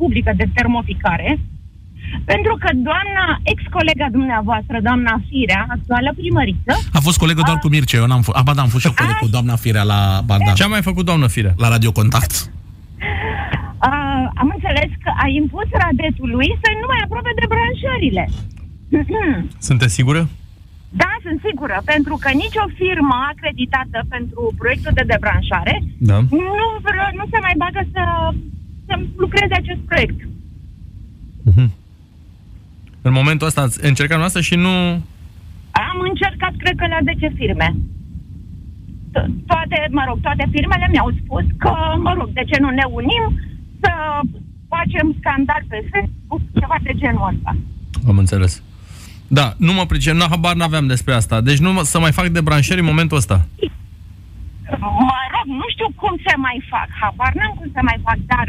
F: publică de termoficare. Pentru că doamna, ex-colega dumneavoastră, doamna Firea, actuală primăriță,
C: A fost colegă doar cu Mircea, eu n-am fost. Aba, da, am fost și eu coleg cu doamna Firea la, ba, da,
B: Ce a mai făcut doamnă Firea?
C: la Radio Contact.
F: uh, am înțeles că a impus radetului să nu mai aprobe de branșările.
B: Sunteți sigură?
F: Da, sunt sigură, pentru că nicio firmă acreditată pentru proiectul de debranșare
B: Da.
F: nu, vre- nu se mai bagă să, să lucreze acest proiect.
B: În momentul ăsta ați încercat noastră și nu...
F: Am încercat, cred că, la 10 firme. To- Toate, mă rog, toate firmele mi-au spus că, mă rog, de ce nu ne unim să facem scandal pe Facebook, ceva de genul ăsta.
B: Am înțeles. Da, nu mă pricep, n habar n-aveam despre asta. Deci nu mă, să mai fac debranșări în momentul ăsta.
F: Mă rog, nu știu cum se mai fac, habar n-am cum se mai fac, dar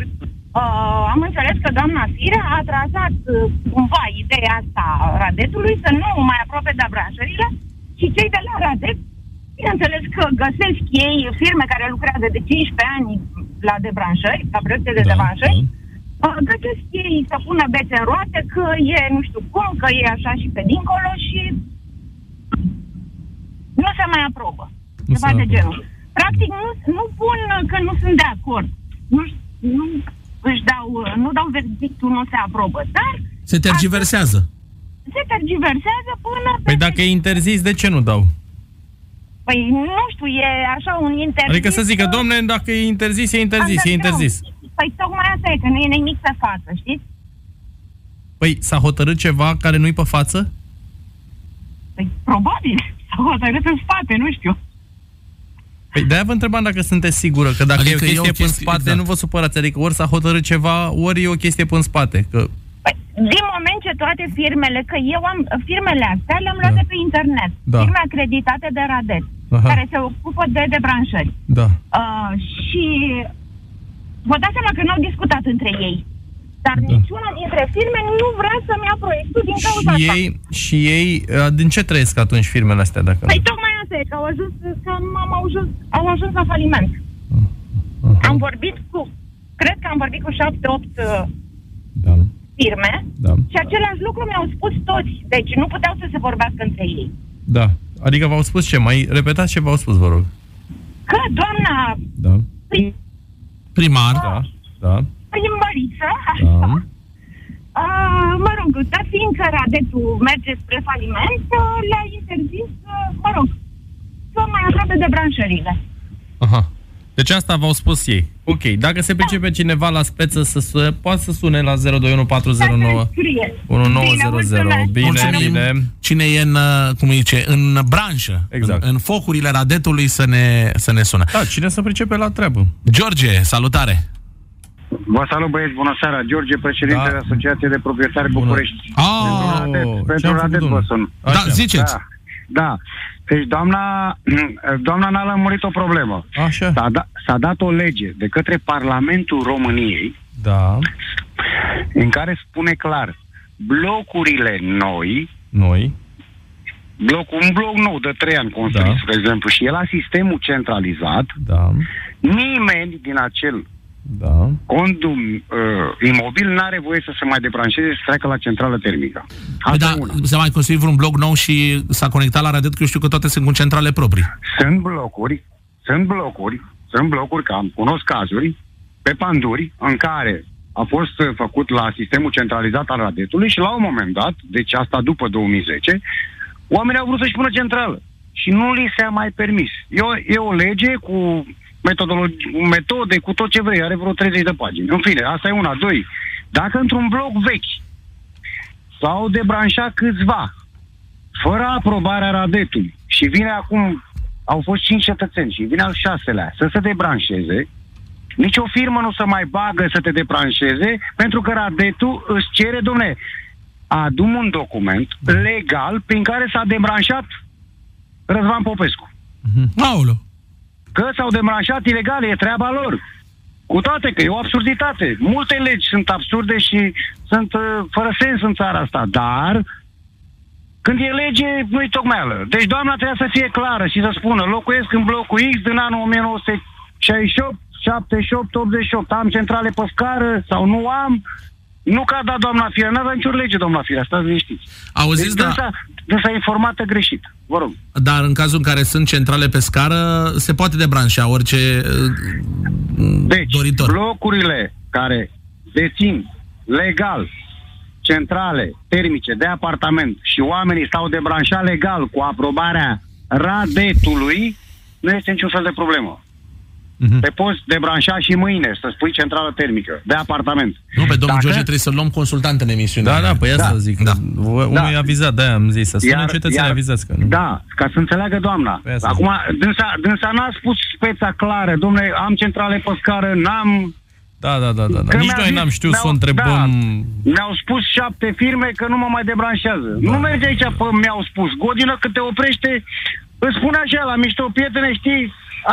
F: uh, am înțeles că doamna Firea a trasat uh, cumva ideea asta a Radetului să nu mai aproape de branșările și cei de la Radet, bineînțeles că găsesc ei firme care lucrează de 15 ani la debranșări, la proiecte de
C: Da,
F: da, debranșări, da. găsesc ei să pună bețe în roate că e nu știu cum, că e așa și pe dincolo și nu se mai aprobă.
B: Nu
F: ceva
B: se
F: de
B: aprobă.
F: genul. Practic nu, nu pun uh, că nu sunt de acord. Nu, nu își dau, uh, nu dau verdictul, nu se aprobă, dar
C: Se tergiversează.
F: se tergiversează până pe...
B: Păi dacă e interzis, de ce nu dau?
F: Păi nu știu, e așa un interzis...
B: Adică să zică, domne, dacă e interzis, e interzis, e
F: underground.
B: interzis.
F: Păi tocmai asta e, că nu e nimic pe față, știți?
B: Păi s-a hotărât ceva care nu-i pe față?
F: Păi probabil, s-au hotărât în spate, nu știu.
B: Păi de-aia vă întrebam dacă sunteți sigură că dacă
C: Adică
B: e o chestie, până în spate,
C: exact.
B: nu vă supărați. Adică ori s-a hotărât ceva, ori e o chestie până în spate. Că
F: Păi, din moment ce toate firmele, că eu am, firmele astea le-am luat
B: Da.
F: de pe internet,
B: Da.
F: firme acreditate de Radet,
B: Aha.
F: care se ocupă de debranșări.
B: da.
F: Uh, și vă dați seama că n-au discutat între ei. Dar
B: Da.
F: da. niciuna dintre firme nu vrea să-mi ia proiectul din cauza
B: Și
F: asta.
B: ei, și ei, uh, din ce trăiesc atunci firmele astea? Dacă...
F: Păi tocmai asta e, că au ajuns, că am ajuns, au ajuns la faliment. Am vorbit cu, cred că am vorbit cu șapte, opt uh,
B: Da, nu?
F: firme
B: Da.
F: și același lucru mi-au spus toți. Deci nu puteau să se vorbească între ei.
B: da. Adică v-au spus ce? Mai repetați ce v-au spus, vă rog.
F: Că doamna
B: Da.
F: prim-
C: Primar.
B: Da. Da.
F: primăriță, așa,
B: Da.
F: A, mă rog, dar fiindcă radetul merge spre faliment, a, le-a interzis, a, mă rog, să mai aproape de branșările.
B: Aha. Deci asta v-au spus ei. Ok, dacă se pricepe cineva la speță să sune, poate să sune la 021409
F: Scrie.
B: 1900.
F: mulțumesc.
B: Bine,
C: Mulțumim.
B: bine.
C: Cine e în, uh, cum îi zice, în branșă,
B: Exact.
C: în, în focurile radetului să ne, să ne sună.
B: Da, cine să pricepe la treabă?
C: George, salutare!
G: Vă salut băieți, bună seara. George, președintele
B: Da.
G: da. Asociației de Proprietari
B: Bună. Deci-
G: București.
C: Oh,
G: Ah, Radet,
B: Ce-am
G: pentru
B: făcut,
G: Radet
B: domnule?
G: vă sun.
C: da,
B: Așa.
C: ziceți!
G: Da, da. Deci doamna, doamna n-a lămurit o problemă.
B: Așa.
G: S-a, da, s-a dat o lege de către Parlamentul României
B: Da.
G: în care spune clar blocurile noi,
B: Noi.
G: bloc, un bloc nou de trei ani construit,
B: Da.
G: da. spre exemplu, și el la sistemul centralizat,
B: Da.
G: nimeni din acel
B: Da.
G: condum uh, imobil n-are voie să se mai debranșeze și să treacă la centrală termică.
C: Păi
G: Asta
C: da,
G: e una.
C: s-a mai construit vreun blog nou și s-a conectat la Radet, că eu știu că toate sunt cu centrale proprii.
G: Sunt blocuri, sunt blocuri, sunt blocuri, că am cunosc cazuri, pe panduri, în care a fost uh, făcut la sistemul centralizat al radetului și la un moment dat, deci asta după 2010, oamenii au vrut să-și pună centrală și nu li s-a mai permis. E o, e o lege cu metodologi- cu metode, cu tot ce vrei, are vreo 30 de pagini. În fine, asta e una. Doi, dacă într-un bloc vechi s-au debranșat câțiva fără aprobarea radetului și vine acum, au fost cinci cetățeni și vine al șaselea să se debranșeze, nicio firmă nu se mai bagă să te debranșeze pentru că radetul îți cere, domne, adum un document legal prin care s-a debranșat Răzvan Popescu.
C: Aolo.
G: Că s-au debranșat ilegal, e treaba lor. Cu toate că e o absurditate. Multe legi sunt absurde și sunt uh, fără sens în țara asta, dar când e lege, nu-i tocmeală. Deci doamna trebuia să fie clară și să spună locuiesc în blocul X din anul 1968, 78, 88, am centrale pe scară sau nu am, Nu că a dat doamna Firea, n-avea nicio lege doamna Firea, stați liniștiți.
C: Auziți,
G: deci, da.
C: da.
G: dânsa, dânsa e informată greșit. Vă rog.
C: Dar în cazul în care sunt centrale pe scară, se poate debranșa orice uh,
G: Deci,
C: doritor.
G: blocurile care dețin legal centrale termice de apartament și oamenii s-au debranșat legal cu aprobarea radetului, nu este niciun fel de problemă.
B: Mhm.
G: Te poți debranșa și mâine, să spui centrală termică de apartament.
C: Nu, pe domnul
G: Dacă-
C: George trebuie să-l luăm consultant în emisiune.
B: Da, da, păi asta
G: Da.
B: zic.
C: Da.
B: Da. Unul
G: Da.
B: e avizat, de-aia am zis. Să sună cetățenii avizați că nu.
G: Da, ca să înțeleagă doamna.
B: Păi asta
G: Acum, dânsa, dânsa n-a spus speța clară, domnule, am centrale pe scară, n-am
B: Da, da, da, da. da.
G: Că
B: Nici
G: mi-a
B: noi
G: zis-
B: n-am știut să o
G: mi-au-
B: întrebăm...
G: Da, mi-au spus șapte firme că nu mă mai debranșează. Da. Nu merge aici pe mi-au spus. Godină că te oprește, îți spune așa la mișto, prietene, știi,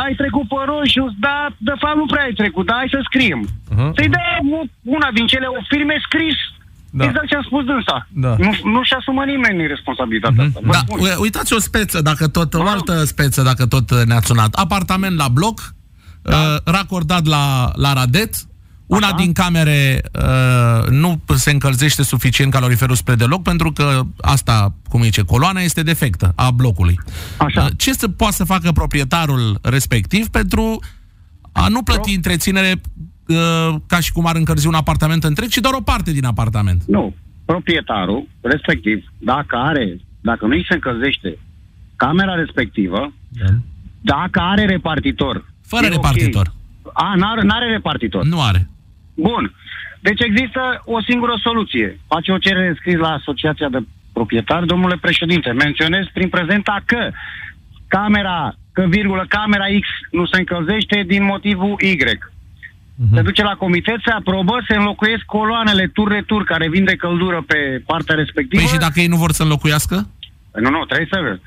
G: ai trecut pe roșu, dar de fapt nu prea ai trecut, dar hai să scriem.
B: Aha.
G: Uh-huh. Să-i dea u- una din cele o firme scris.
B: Da.
G: Da. Exact ce a spus dânsa.
B: Da.
G: Nu, nu-și asumă nimeni responsabilitatea
B: Mhm.
G: asta. Vă
C: Da,
G: spun.
C: ui- uitați o speță, dacă tot, o altă speță, dacă tot uh, ne-ați sunat. Apartament la bloc, da. racordat la, la radet, una Aha. din camere uh, nu se încălzește suficient caloriferul spre deloc, pentru că asta, cum zice, coloana este defectă a blocului.
G: Așa.
C: Uh, Ce să poate să facă proprietarul respectiv pentru a nu plăti întreținere uh, ca și cum ar încălzi un apartament întreg, ci doar o parte din apartament?
G: Nu. Proprietarul, respectiv, dacă are, dacă nu îi se încălzește camera respectivă,
B: Da.
G: dacă are repartitor.
C: Fără
G: e ok.
C: repartitor.
G: A, n-are, n-are repartitor.
C: Nu are.
G: Bun. Deci există o singură soluție. Face o cerere scris la Asociația de Proprietari, domnule președinte. Menționez prin prezenta că camera, că virgulă, camera X nu se încălzește din motivul Y.
C: Mhm.
G: Se duce la comitet, se aprobă, se înlocuiesc coloanele tur-retur care vin de căldură pe partea respectivă.
C: Păi și dacă ei nu vor să înlocuiască?
G: Păi Nu, nu, trebuie să,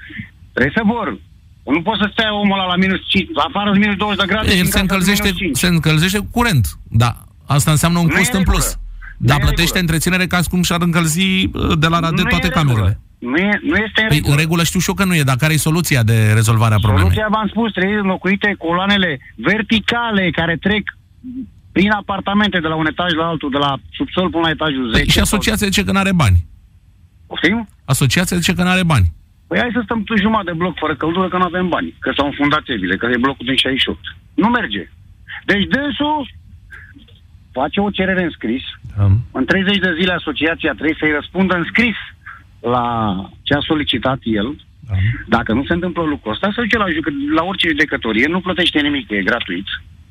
G: trebuie să vor. Nu poți să stea omul ăla la minus 5, afară sunt minus 20 de grade.
C: El
G: din
C: se
G: casă
C: încălzește,
G: minus 5.
C: se încălzește cu curent, da. Asta înseamnă un
G: Nu e
C: cost în
G: regulă.
C: plus.
G: Nu
C: Dar
G: e
C: plătește
G: regulă.
C: întreținere ca și cum și-ar încălzi uh, de la
G: Nu
C: radet
G: e
C: toate
G: în
C: camerele.
G: regulă. Nu, e, nu este în
C: Păi,
G: regulă.
C: în regulă știu și eu că nu e, dar care e soluția de rezolvare a problemei?
G: Soluția, v-am spus, trebuie înlocuite coloanele verticale care trec prin apartamente de la un etaj la altul, de la subsol până la etajul 10.
C: Păi, și asociația zice că nu are bani.
G: Poftim?
C: Asociația zice că nu are bani.
G: Păi hai să stăm tu jumătate de bloc fără căldură că nu avem bani, că s-au înfundat țevile, că e blocul din 68. Nu merge. Deci dânsul face o cerere în scris.
B: Da.
G: În 30 de zile asociația trebuie să-i răspundă în scris la ce a solicitat el.
B: Da.
G: Dacă nu se întâmplă lucrul ăsta, se duce la, jucă- la orice judecătorie, nu plătește nimic, e gratuit.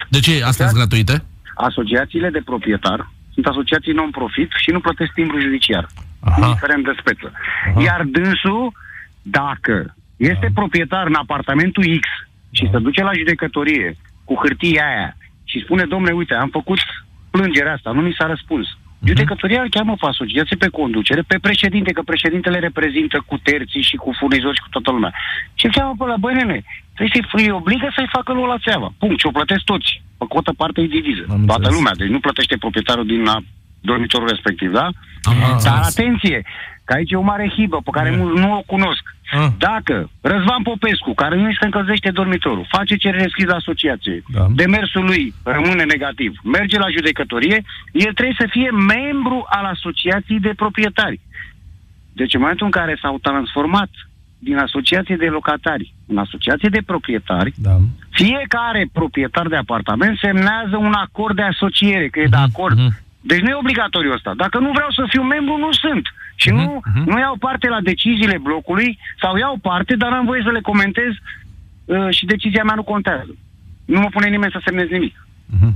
C: De ce? Astea sunt gratuite?
G: asociațiile de proprietar sunt asociații non-profit și nu plătesc timbru judiciar,
B: Aha.
G: indiferent de speță. Aha. Iar dânsul, dacă este
B: Da.
G: proprietar în apartamentul X și se duce la judecătorie cu hârtia aia și spune, domnule, uite, am făcut plângerea asta, nu mi s-a răspuns.
B: Mhm.
G: Judecătoria îl cheamă pe asociație, pe conducere, pe președinte, că președintele reprezintă cu terții și cu furnizori și cu toată lumea. Și îl cheamă pe la băi, nene, trebuie să-i îi obligă să-i facă lui la țeavă. Punct, și o plătesc toți. Pe cotă parte e diviză.
B: Am
G: Toată
B: înțeles.
G: lumea, deci nu plătește proprietarul din a, dormitorul respectiv, da?
C: Am
G: Dar
C: înțeles.
G: atenție, că aici e o mare hibă pe care mulți nu o cunosc.
B: Ah.
G: Dacă Răzvan Popescu, care nu îi se încălzește dormitorul, face cerere scris la asociație,
B: Da.
G: demersul lui rămâne negativ, merge la judecătorie, el trebuie să fie membru al asociației de proprietari. Deci în momentul în care s-au transformat din asociație de locatari în asociație de proprietari,
B: Da.
G: fiecare proprietar de apartament semnează un acord de asociere, că e
B: Mhm,
G: de acord. Deci nu e obligatoriu asta. Dacă nu vreau să fiu membru, nu sunt. Și
B: Mhm,
G: nu, nu iau parte la deciziile blocului sau iau parte, dar am voie să le comentez uh, și decizia mea nu contează. Nu mă pune nimeni să semnez nimic.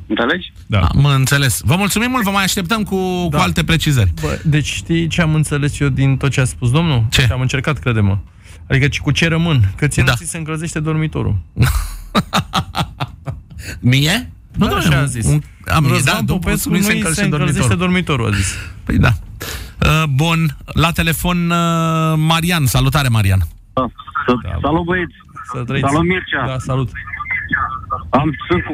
G: Înțelegi?
B: Da.
C: Am înțeles. Vă mulțumim mult, vă mai așteptăm cu, cu
B: Da.
C: alte precizări.
B: Bă, deci știi ce am înțeles eu din tot ce a spus domnul?
C: Ce?
B: Și am încercat, crede-mă. Adică ci- cu ce rămân? Că ție
C: Da.
B: da. nu ți se încălzește dormitorul.
C: Mie? Nu,
B: Da,
C: domnule,
B: așa a
C: un-
B: zis.
C: un- Am zis, da,
B: Răzvan
C: după
B: Popescu
C: cum
B: nu
C: îi
B: se încălzește dormitorul. a zis.
C: Păi da. Uh, Bun, la telefon uh, Marian. Salutare, Marian.
B: Da.
E: Salut băieți!
B: Să trăiți.
E: Salut, Mircea.
B: Da, salut.
E: Am, sunt cu,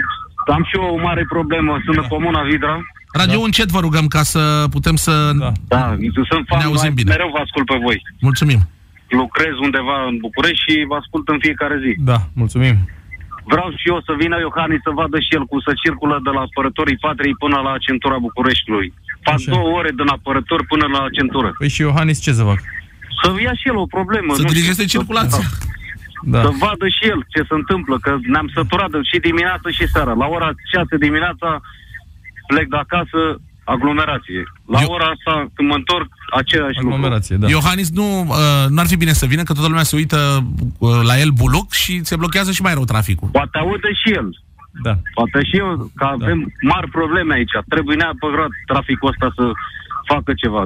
E: am și eu o mare problemă, sunt în Comuna Vidra.
C: Radio da. încet vă rugăm ca să putem să... Da.
B: Da.
E: Da, sunt fan,
C: Ne auzim
E: mai-
C: bine.
E: mereu vă ascult pe voi.
C: Mulțumim.
E: Lucrez undeva în București și vă ascult în fiecare zi.
B: Da, mulțumim.
E: Vreau și eu să vină Iohannis să vadă și el cum să circulă de la apărătorii patriei până la centura Bucureștiului.
H: Fac
B: Așa.
H: Așa. două ore din apărător până la centură.
B: Păi și Iohannis ce să fac?
H: Să ia și el o problemă.
C: Să
H: nu știu,
C: dirigeze circulația.
B: Da.
H: Să vadă și el ce se întâmplă, că ne-am săturat de- și dimineața și seara. La ora 6 dimineața plec de acasă, aglomerație. La
C: Eu-
H: Eu... ora asta, când mă întorc, aceeași lucru.
B: Aglomerație, da.
C: Da. Iohannis nu, uh, n-ar fi bine să vină, că toată lumea se uită uh, la el buluc și se blochează și mai rău traficul.
H: Poate aude și el.
B: da.
H: Poate și eu, că avem mari probleme aici. Trebuie neapărat traficul ăsta să facă ceva.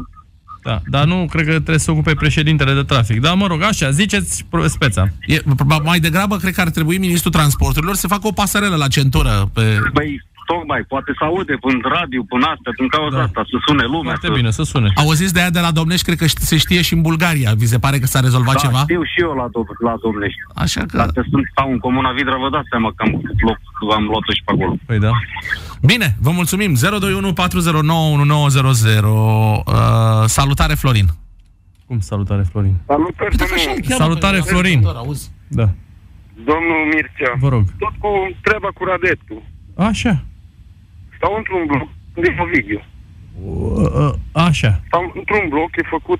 B: Da, dar nu cred că trebuie să se ocupe președintele de trafic. Dar mă rog, așa, ziceți pro- speța.
C: E, ba- mai degrabă, cred că ar trebui ministrul transporturilor să facă o pasarelă la centură. Pe...
H: Păi, tocmai, poate să aude în radio, până asta, din cauza
B: Da.
H: da. asta, să sune lumea.
B: Foarte
H: să...
B: bine, să sune.
C: Auziți de aia de la Domnești, cred că ști- se știe și în Bulgaria. Vi se pare că s-a rezolvat
H: Da,
C: ceva?
H: știu și eu la, do- la Domnești.
C: Așa că...
H: Dacă sunt stau în Comuna Vidra, vă dați seama că am, loc, am luat-o și pe acolo.
B: Păi da.
C: Bine, vă mulțumim. 021 409 1900. Uh, salutare, Florin.
B: Cum salutare, Florin?
I: Salutări, domnul,
B: Salutare, Florin.
C: Auzi.
B: Da,
I: domnul Mircea.
B: vă rog.
I: Tot cu treaba cu radetul.
B: Așa.
I: Stau într-un bloc, din Ovidiu.
B: Uh, Așa.
I: Stau într-un bloc, e făcut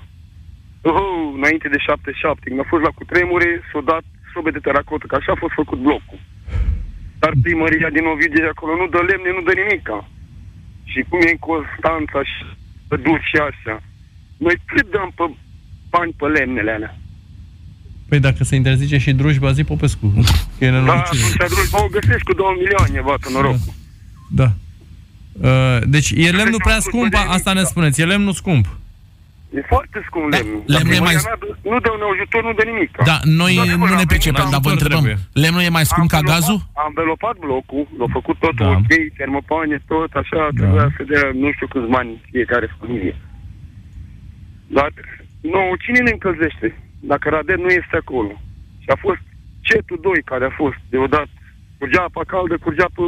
I: oh, înainte de 77. Când a fost la cutremure, s-a dat sobe de teracotă, că așa a fost făcut blocul. Dar primăria din Ovidiu de acolo nu dă lemne, nu dă nimica. Și cum e în Constanța și păduri și așa. Noi cât dăm pe bani pe lemnele alea?
B: Păi dacă se interzice și drujba, zi Popescu. Că e
I: Da,
B: nenorocire.
I: atunci aduci, o găsești cu 2 milioane, bată noroc.
B: Da. Uh, Deci e lemnul prea
I: Deci,
B: scump,
I: de nimic,
B: asta ne
I: da.
B: spuneți, e lemnul scump.
I: E foarte scump
C: Da,
I: lemnul.
C: lemnul
I: Dar
C: e mai-
I: primăria n-a- Nu dă un ajutor, nu dă nimic.
C: Da, noi
I: Da, sigur,
C: nu ne
I: avem-
C: pricepem,
I: da,
C: dar vă
B: tot
C: întrebăm.
B: trebuie.
C: Lemnul e mai scump ca
I: Am
C: gazul?
I: Am învelopat blocul, l-a făcut totul
B: Da.
I: da. ok, termopane, tot, așa, da. trebuia să dea nu știu câți bani fiecare familie. Dar, nu, cine ne încălzește? Dacă Radet nu este acolo. Și a fost cetul 2 care a fost, deodată, curgea apa caldă, curgea pe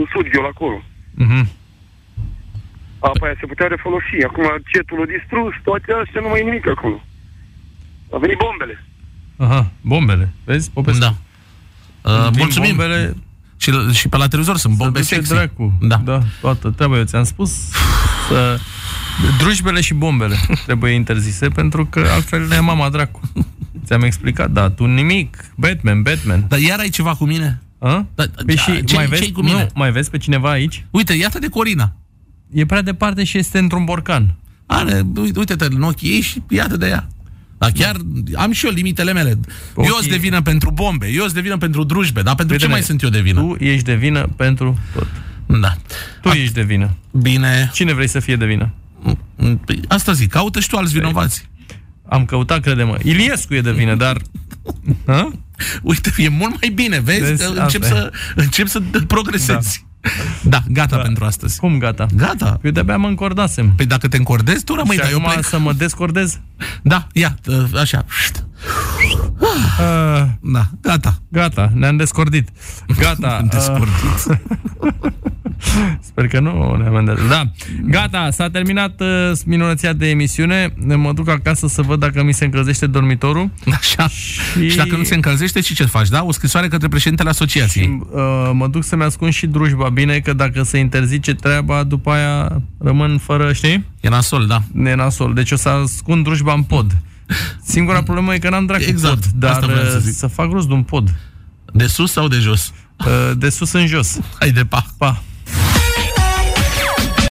I: în sudghiul acolo.
B: Mhm.
I: Apa aia se putea refolosi. Acum cetul a distrus, toate astea, nu mai e nimic acolo. Au venit bombele.
B: Aha, bombele. Vezi, Popescu?
C: Da. Uh,
B: Vin
C: mulțumim.
B: Bombele,
C: Și, și pe la televizor sunt bombe
B: duce
C: sexy.
B: dracu.
C: Da.
B: da. Toată treaba, eu ți-am spus să... Drujbele și bombele trebuie interzise pentru că altfel ne ia mama dracu. Ți-am explicat, da, tu nimic. Batman, Batman.
C: Dar iar ai ceva cu mine?
B: A?
C: Da,
B: Păi
C: da,
B: și
C: ce-
B: mai
C: ce-i
B: vezi,
C: cu mine?
B: Nu, mai vezi pe cineva aici?
C: Uite, iată de Corina.
B: E prea departe și este într-un borcan.
C: Are, uite- uite-te în ochii ei și iată de ea. Dar chiar am și eu limitele mele. Eu sunt de vină pentru bombe, eu sunt de vină pentru drujbe, dar pentru ce
B: Prietene,
C: mai sunt eu de vină?
B: Tu ești de vină pentru tot.
C: Da.
B: Tu ești de vină.
C: Bine.
B: Cine vrei să fie de vină?
C: Păi Asta zic, caută și tu
B: Păi.
C: alți vinovați.
B: Am căutat, crede-mă. Iliescu e de vină, dar... Hă?
C: Uite, e mult mai bine, vezi?
B: Vezi,
C: Că încep,
B: asta e.
C: să, încep să progresezi. Da, gata pentru astăzi.
B: Cum gata?
C: Gata.
B: Eu de-abia mă încordasem.
C: Păi dacă te încordezi, tu rămâi,
B: și
C: dar eu
B: acum
C: plec.
B: să mă descordez?
C: Da, ia, t- așa.
B: Uh,
C: Da, gata.
B: gata, ne-am descordit. Gata.
C: Te
B: uh,
C: scurt.
B: Sper că nu ne amendează. Da. Gata, s-a terminat uh, minunăția de emisiune. Mă duc acasă să văd dacă mi se încălzește dormitorul.
C: Așa.
B: Și-
C: Și... dacă nu se încălzește, și ce faci, da? O scrisoare către președintele asociației.
B: Uh, mă duc să-mi ascund și drujba. Bine că dacă se interzice treaba, după aia rămân fără, știi?
C: E nasol, da.
B: E nasol. Deci o să ascund drujba în pod. Singura problemă e că n-am dracu
C: Exact.
B: pod, dar
C: Asta vreau să
B: uh,
C: zic.
B: să fac rost de un pod.
C: De sus sau de jos?
B: Uh, De sus în jos.
C: Hai de pa.
B: Pa!